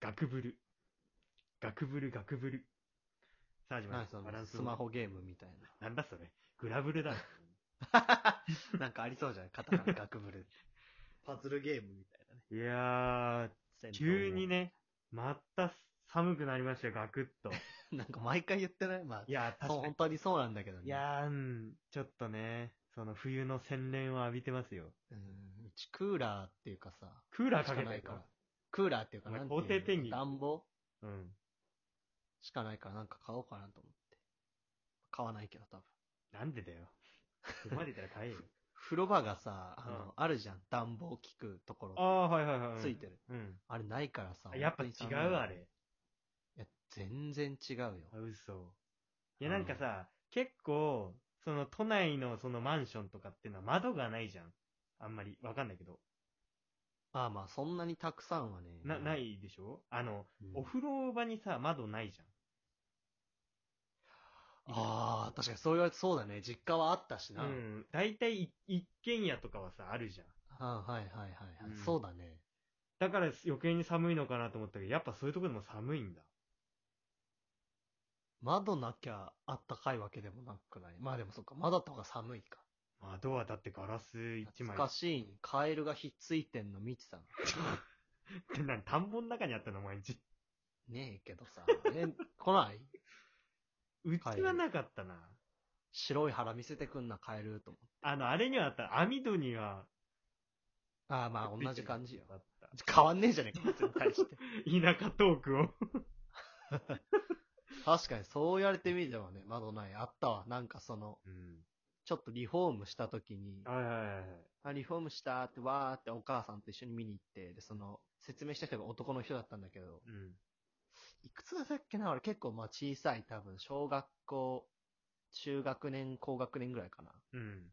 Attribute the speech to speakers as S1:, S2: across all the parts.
S1: ガクブル。ガクブル、ガクブル。さあ、始まり
S2: なん
S1: ま
S2: か
S1: し
S2: そ
S1: た。
S2: の
S1: バランス ボ
S2: ス
S1: ール
S2: マ。ホゲームみたい
S1: なんだそれ。グラブルだ。
S2: な。なんかありそうじゃん。カタカナ、ガクブル。 パズルゲームみたい
S1: いや
S2: な
S1: ー、急に。ね、また寒くなりましたよ、ガクッと。
S2: なんか毎回言ってないま
S1: いやー、
S2: あ、そ
S1: 確
S2: う、
S1: か
S2: 本当にそうなんだけどね。
S1: に。いやー、うんちょっとね、その冬の洗練を浴びてますよ。
S2: うん、うちクーラーっていうかさ、
S1: クーラーかけ
S2: な
S1: て
S2: い
S1: る
S2: から。クーラーっていうか、
S1: お前
S2: なんていうの
S1: 皇帝ペンギン
S2: 暖房
S1: うん。
S2: しかないからなんか買おうかなと思って。買わないけど多分。
S1: なん でだよ。生まれたら買えよ。
S2: 風呂場がさ、あ
S1: うん
S2: の、あるじゃん。暖房効くとこ
S1: あ
S2: ろ。
S1: あ、はいはいはい。
S2: ついてる。
S1: うん。
S2: あれないからさ。
S1: やっぱ違
S2: 本当に
S1: う、
S2: 寒い
S1: あれ。
S2: いや、全然違うよ。
S1: あ嘘。いや、なんかさ、結構、その都内のそのマンションとかってのは窓がないじゃん。あんまりわかんないけど。
S2: まあまあ、そんなにたくさんはね。
S1: な、な、いでしょあの、
S2: うん
S1: お風呂場にさ、窓ないじ
S2: ああ、確かにそう言われてそうだね。実家はあったし
S1: ゃ
S2: な。
S1: ん。うん。大体い一軒家とかはさ、あるじゃん。
S2: あーはいはいはいはい、
S1: うん
S2: そうだね。
S1: だから余計に寒いのかなと思ったけど、やっぱそういうとこでも寒いんだ。
S2: 窓なきゃあったかいわけでもなくない。まあでもそっか、窓とか寒いか。
S1: 窓はだってガラス一枚。
S2: 懐かしい。カエルがひっついてんの見てたの。
S1: って何田んぼの中にあったの毎日。
S2: ねえけどさ。え、来ないう
S1: ちはなかったな。
S2: 白い腹見せてくんな、カエルと思って。
S1: あの、あれにはあった。網戸には。
S2: ああまあ同じ感じよ。
S1: あった。
S2: 変わんねえじゃねえか、別に 対して。
S1: 田舎トークを。
S2: 確かにそう言われてみればね、窓ない。あったわ。なんかその、
S1: うん。
S2: ちょっとリフォームした時に、
S1: はいはいはいはい。
S2: あ、リフォームしたーって、わーってお母さんと一緒に見に行って、で、その、説明した人が男の人だったんだけど、
S1: うん。
S2: いくつだったっけな俺結構まあ小さい、多分、小学校、中学年、高学年ぐらいかな。
S1: うん。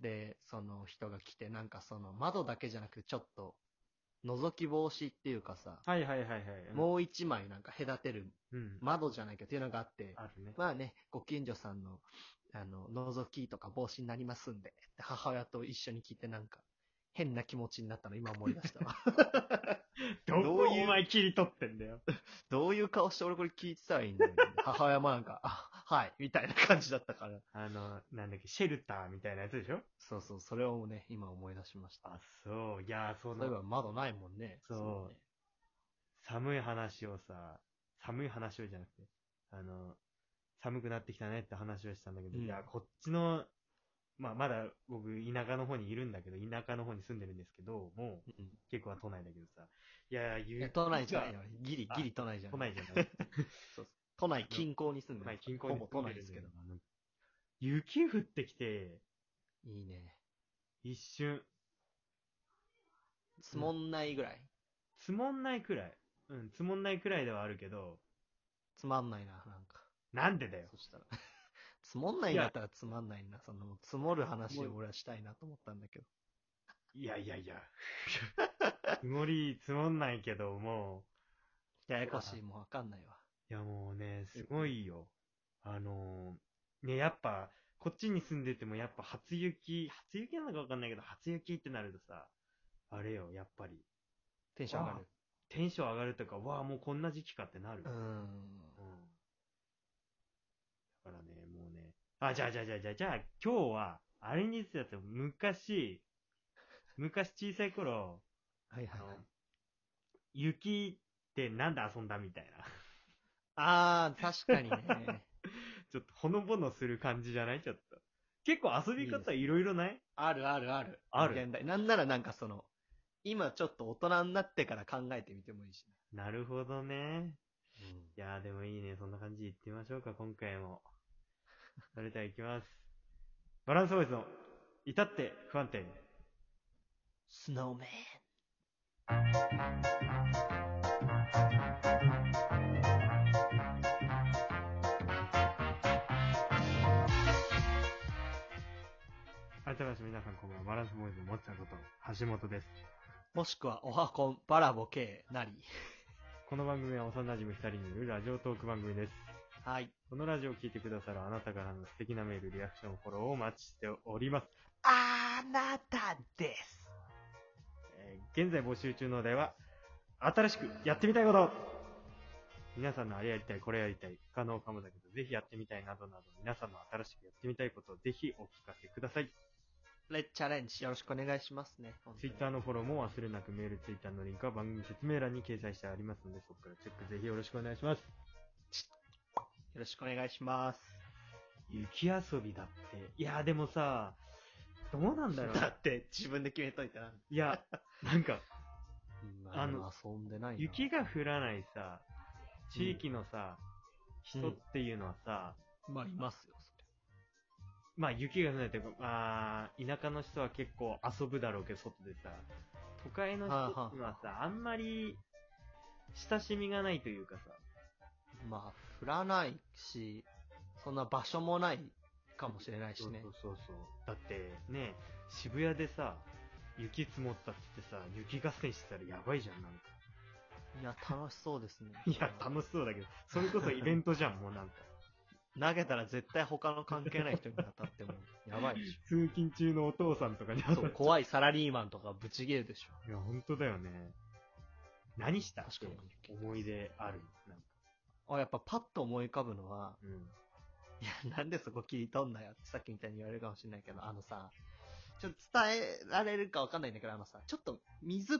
S2: で、その人が来て、なんかその、窓だけじゃなくて、ちょっと、覗き防止っていうかさ、
S1: はいはいはいはい。
S2: もう一枚なんか隔てる
S1: うん、うん。
S2: 窓じゃないけどっていうのがあって、
S1: あるね。
S2: まあね、ご近所さんの、あの、覗きとか防止になりますんで、って母親と一緒に聞いてなんか、変な気持ちになったの今思い出したわ。
S1: どこ
S2: どういう
S1: お前切り取ってんだよ。
S2: どういう顔して俺これ聞いてたらいいんだよ、ね。母親もなんか、あ、はい、みたいな感じだったから。
S1: あの、なんだっけ、シェルターみたいなやつでしょ
S2: そうそう、それをね、今思い出しました。
S1: あ、そう。いやー、そ
S2: そういえ
S1: の、
S2: ば窓ないもんね。
S1: そう
S2: ね
S1: 寒い話をさ、寒い話をじゃなくて、あの、寒くなってきたねって話をしたんだけど、
S2: うん
S1: いや、こっちの、まあ、まだ僕、田舎の方にいるんだけど、田舎の方に住んでるんですけど、もう、
S2: うん
S1: 結構は都内だけどさ。いや、
S2: い
S1: 言
S2: や
S1: う。
S2: 都内じゃない
S1: よ。
S2: よ。ギリ、ギリ都内じゃ
S1: 都
S2: ない。
S1: 内じゃない。
S2: 都内近郊に住んで
S1: まあ
S2: る。
S1: 近郊に
S2: ほぼ
S1: 住
S2: 都
S1: んで
S2: 内
S1: る
S2: ですけど。。
S1: あの雪降ってきて、
S2: いいね。
S1: 一瞬、
S2: つもんないぐらい。
S1: 積もんないくらい。うん、積もんないくらいではあるけど、
S2: つまんないな、なんか。
S1: なんでだよ。
S2: そしたら。 つもんないんだったらつまんないな。その、積もる話を俺はしたいなと思ったんだけど。
S1: いやいやいや。 積もり、積もんないけど、も
S2: ややこしい、もうわかんないわ。
S1: う、いやもうね、すごいよ。あのー、ね、やっぱ、こっちに住んでてもやっぱ初雪、初雪なのかわかんないけど、初雪ってなるとさ、あれよ、やっぱり、
S2: テンション上がる。
S1: テンション上がるとか、わあ、もうこんな時期かってなる。
S2: うーん。
S1: だからね、もうね。あ、じゃあじゃあじゃあじゃあじゃあ、今日は、あれについてだって 昔、昔小さい頃、
S2: はい
S1: あ
S2: はい
S1: の
S2: はい。、
S1: 雪ってなんで遊んだみたいな。
S2: あー、確かにね。
S1: ちょっとほのぼのする感じじゃないちょっと。結構遊び方いろいろない
S2: あるあるある。
S1: ある
S2: 現代。なんならなんかその、今ちょっと大人になってから考えてみてもいいし
S1: なるほどね。
S2: ね、
S1: いやーでもいいね。そんな感じで行ってみましょうか、今回も。それでは行きます。バランスボーイズの、至って不安定。
S2: スノーメン。
S1: 改めまして皆さんこんばんは。バランスボーイズのもっちゃんこと、橋本です。
S2: もしくは、おはこん、バラボケ、なり。
S1: この番組は幼馴染二人によるラジオトーク番組です。
S2: はい。
S1: このラジオを聞いてくださるあなたからの素敵なメール、リアクション、フォローをお待ちしております。
S2: あなたです。
S1: えー現在募集中のお題は、新しくやってみたいこと皆さんのあれやりたい、これやりたい、不可能かもだけど、ぜひやってみたいなどなど、皆さんの新しくやってみたいことをぜひお聞かせください。
S2: レッチャレンジよろしくお願いしますね。本当に
S1: ツイッターのフォローも忘れなく、メール、ツイッターのリンクは番組説明欄に掲載してありますので、そこからチェックぜひよろしくお願いします。
S2: よろしくお願いします。
S1: 雪遊びだって。いや、でもさ、どうなんだろう。
S2: だって自分で決めといたら。
S1: いや、なんか、あの、
S2: 遊んでないな。
S1: 雪が降らないさ、地域のさ、
S2: うん
S1: 人っていうのはさ、
S2: まあ、いますよ、
S1: まあ雪が降らないというか、まあ、田舎の人は結構遊ぶだろうけど、外でさ、都会の人っていうのはさ、あんまり親しみがないというかさ、
S2: それ。まあ、降らないし、そんな場所もないかもしれないしね
S1: そ。うそうそうそう。だってね、渋谷でさ、雪積もったっつってさ、雪合戦してたらやばいじゃん、なんか。
S2: いや、楽しそうですね。
S1: いや、楽しそうだけど、それこそイベント じゃん、もうなんか。
S2: 投げたら絶対他の関係ない人に当た っても、やばいでし
S1: 通勤中のお父さんとかに
S2: ょ。
S1: 当た
S2: そう、
S1: っちゃ
S2: 怖いサラリーマンとかぶち切るでしょ。
S1: ういや、本当だよね。何した
S2: 確かに
S1: って思い出ある。なんか。
S2: あ、やっぱパッと思い浮かぶのは、
S1: うん。
S2: いや、なんでそこ切り取んなよってさっきみたいに言われるかもしれないけど、あのさ、ちょっと伝えられるかわかんないんだけど、あのさ、ちょっと水っ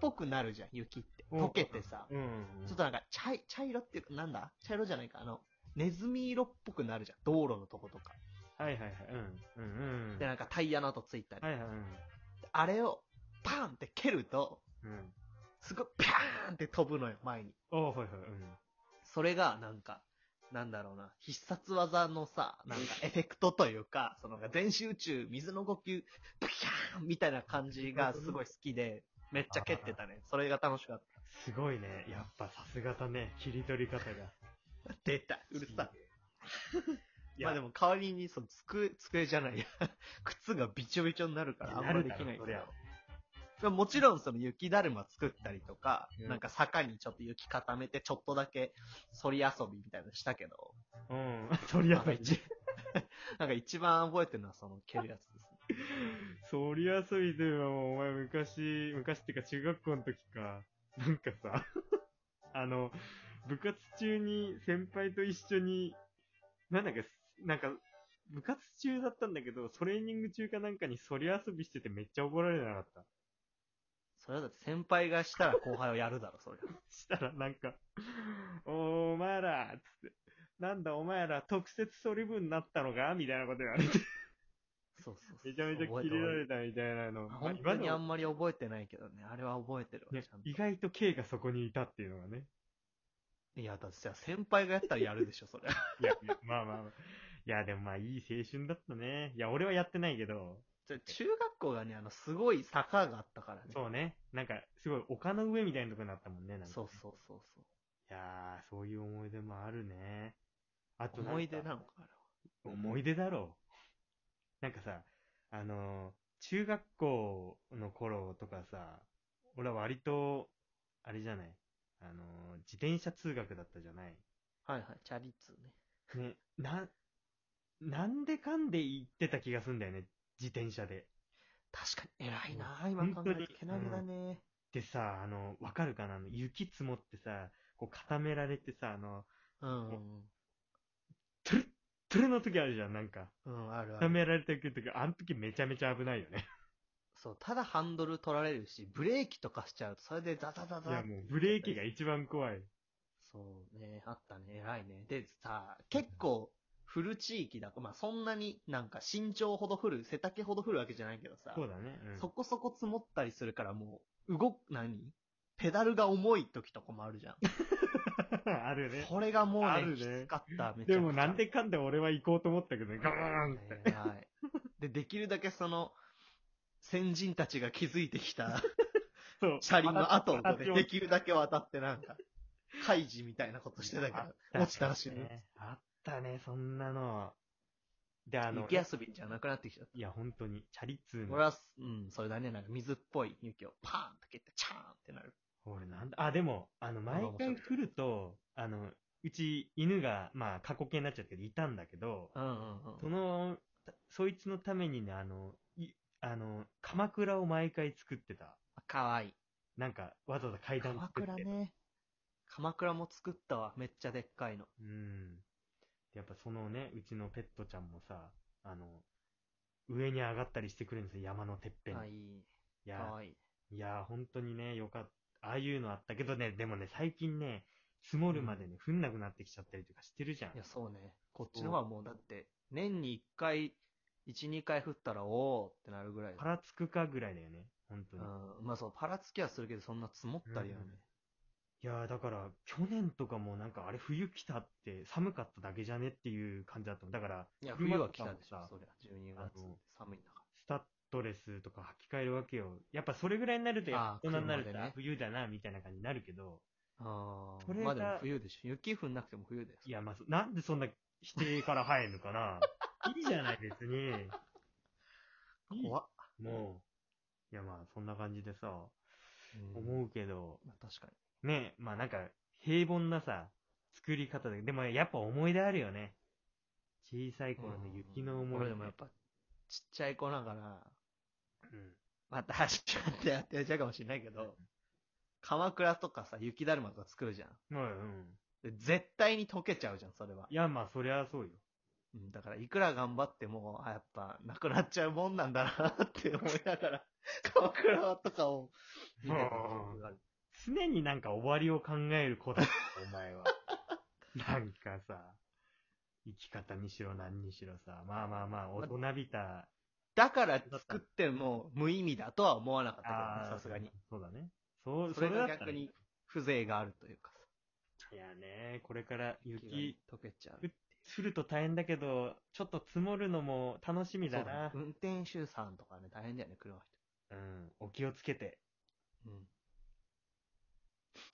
S2: ぽくなるじゃん、雪って。
S1: うん
S2: 溶けてさ、
S1: うん、
S2: ちょっとなんか茶い、茶色っていうか、なんだ茶色じゃないか、あの、ネズミ色っぽくなるじゃん、道路のとことか。
S1: はいはいはい。うん。うんうん。
S2: で、なんかタイヤの跡ついたり。
S1: はいはい。
S2: あれを、パンって蹴ると、
S1: うん。うん。
S2: すごい、ピャーンって飛ぶのよ、前に。
S1: あはいはい。
S2: それが、なんか、なんだろうな、必殺技のさ、なんかエフェクトというか、その、全集中、水の呼吸、ピャーンみたいな感じがすごい好きで、めっちゃ蹴ってたね。それが楽しかっ
S1: すごいね。やっぱさすがだね。切り取り方が。
S2: た。出た、うるさい。
S1: いや
S2: まあでも代わりに、その、机、机じ ゃないや、靴がびちょびちょになるからあん
S1: な
S2: ま
S1: る
S2: で
S1: だ
S2: き
S1: ろ
S2: ない
S1: そ
S2: け
S1: りゃ
S2: ど。でももちろんその雪だるま作ったりとか、
S1: うん
S2: なんか坂にちょっと雪固めてちょっとだけ反り遊びみたいなのしたけど、
S1: うん。 そり
S2: な
S1: ゃ
S2: んか一、なんか一番覚えてるのはその蹴るやつですね。
S1: そりゃ遊びといえばもうお前昔、昔っていうか中学校の時か、なんかさ、 あの、部活中に先輩と一緒に、なんだっけ、なんか、部活中だったんだけど、トレーニング中かなんかにそりゃ遊びしててめっちゃ怒られなかった。
S2: それはだって先輩がしたら後輩をやるだろ、それは。
S1: したらなんか、お前ら、つって、なんだお前ら特設ソリ部になったのかみたいなこと言われて、
S2: そうそうそう
S1: めちゃめちゃキレられたみたいなの。
S2: 本
S1: ま
S2: 当
S1: あ
S2: に
S1: 今
S2: あ
S1: の
S2: んまり覚えてないけどね、あれは覚えてるわ、
S1: ね
S2: ちゃんと。
S1: 意外と K がそこにいたっていうのがね。
S2: いや、だってさ先輩がやったらやるでしょ、それ。
S1: いや、いやまあまあまあ。いや、でもまあいい青春だったね。いや、俺はやってないけど、
S2: ちょ中学校がね、あの、すごい坂があったからね。
S1: そうね。なんか、すごい丘の上みたいなとこになったもんね。なんか
S2: そうそうそうそう。
S1: いやー、そういう思い出もあるね。あとなんか
S2: 思い出なのか、あれは。
S1: 思い出だろう。なんかさ、あのー中学校の頃とかさ、俺は割と、あれじゃない、あのー自転車通学だったじゃない。
S2: はいはい、チャリ通ね。
S1: ね、な、なんでかんで行ってた気がすんだよね、自転車で。
S2: 確かに、偉いな、
S1: うん
S2: 今考え
S1: 本
S2: て
S1: 当に
S2: けなげだね。
S1: でさ、あの、わかるかなあの雪積もってさ、こう固められてさ、あの、
S2: うん。
S1: トゥルットゥルの時あるじゃん、なんか。
S2: うん、あるあ
S1: 固
S2: る。
S1: められてくる時、あの時めちゃめちゃ危ないよね。
S2: そう、ただハンドル取られるし、ブレーキとかしちゃうと、それでザザザ
S1: い
S2: ザ
S1: や、もうブレーキが一番怖い。
S2: そうね、あったね、偉いね。でさ、結構、降る地域だ。まあ、そんなになんか身長ほど降る、背丈ほど降るわけじゃないけどさ、
S1: そうだね。うん
S2: そこそこ積もったりするからもう、動く、何ペダルが重い時とかもあるじゃん。
S1: あるね。
S2: これがもう
S1: あ
S2: ね、
S1: るね
S2: きつかった、めちゃくちゃ。
S1: でもなんでかんで俺は行こうと思ったけどね、ガーンって。
S2: はいはい。で、できるだけその、先人たちが築いてきた
S1: そう。
S2: 車輪の 跡を
S1: あ
S2: こうねできるだけ渡ってなんか、開示みたいなことしてたけど、落ちたらしいね。。
S1: あったね、そんなの。で、あの、
S2: 雪遊びじゃなくなってきちゃった。
S1: いや、本当に、チャリ通の
S2: 俺は、うん、それだね、なんか水っぽい雪をパーンって蹴って、チャーンってなる。
S1: 俺なんだ、あ、でも、あの、毎回来ると、あの、うち犬が、まあ、過去形になっちゃうけど、いたんだけど、
S2: うん
S1: その、たそいつのためにね、あの、いあの、鎌倉を毎回作ってた。
S2: かわいい。
S1: なんか、わざわざ階段
S2: 鎌
S1: 作っ
S2: 倉
S1: て。
S2: ね。鎌倉も作ったわ。めっちゃでっかいの。
S1: うん。でやっぱそのね、うちのペットちゃんもさ、あの、上に上がったりしてくれるんですよ、山のてっぺん。
S2: あ、い
S1: い
S2: い。か
S1: や
S2: わいい。
S1: ー、いやー、本当にね、よかった。ああいうのあったけどね、でもね、最近ね、積もるまでね、降んなくなってきちゃったりとかしてるじゃん。
S2: いや、そうね。こっちの方はもう、だって、年に1回、1、2回降ったら、おーってなるぐらい。
S1: パラつくかぐらいだよね、本当に。
S2: うん。まあそう、パラつきはするけど、そんな積もったりはね。
S1: いやー、だから、去年とかもなんか、あれ冬来たって、寒かっただけじゃねっていう感じだったの。だから、
S2: いや、冬
S1: 車
S2: は
S1: と
S2: 来
S1: か
S2: た
S1: も
S2: でしょ
S1: さ、
S2: そりゃ。12月
S1: あの
S2: 寒いんだか
S1: スタッドレスとか履き替えるわけよ。やっぱそれぐらいになると、や
S2: あ
S1: っぱ
S2: ー
S1: 大人になると、
S2: 車でね
S1: あ冬だな、みたいな感じになるけど、
S2: ら。あ
S1: それ
S2: ー。
S1: が
S2: まあでも冬でしょ。雪降んなくても冬だよ。
S1: いや、まあ、そなんでそんな否定から入るのか ないいじゃない、別に。いい
S2: 怖っ。
S1: もう。いや、まあ、そんな感じでさ、
S2: うん
S1: 思うけど、
S2: まあ確かに。
S1: ね、まあなんか、平凡なさ、作り方で、でもやっぱ思い出あるよね。小さい頃の雪の思い
S2: 俺
S1: 出。
S2: でもやっぱ、ちっちゃい子ながら、
S1: うん
S2: また走っちゃってやってやっちゃうかもしれないけど、鎌倉とかさ、雪だるまとか作るじゃん。
S1: まあ、うん。
S2: で絶対に溶けちゃうじゃん、それは。
S1: いや、まあ、そりゃそうよ。
S2: うんだから、いくら頑張っても、あ、やっぱ、なくなっちゃうもんなんだなって思いながら、 鎌倉とかを見てた記憶がある。
S1: 常になんか終わりを考える 子だった、お前は。なんかさ、生き方にしろ何にしろさ、まあまあまあ、大人びた。
S2: だから作っても無意味だとは思わなかったけどね、さすがに。。
S1: そうだね。そう、
S2: それ
S1: だ
S2: が
S1: ったら
S2: 逆に。風情があるというか
S1: い
S2: さ。
S1: やね、これから雪
S2: 雪、が溶けちゃう。
S1: 降ると大変だけど、ちょっと積もるのも楽しみ
S2: そ
S1: だ
S2: うだね
S1: な。
S2: 運転手さんとかね、大変だよね、車の
S1: う
S2: 人。
S1: ん、お気をつけて。
S2: うん。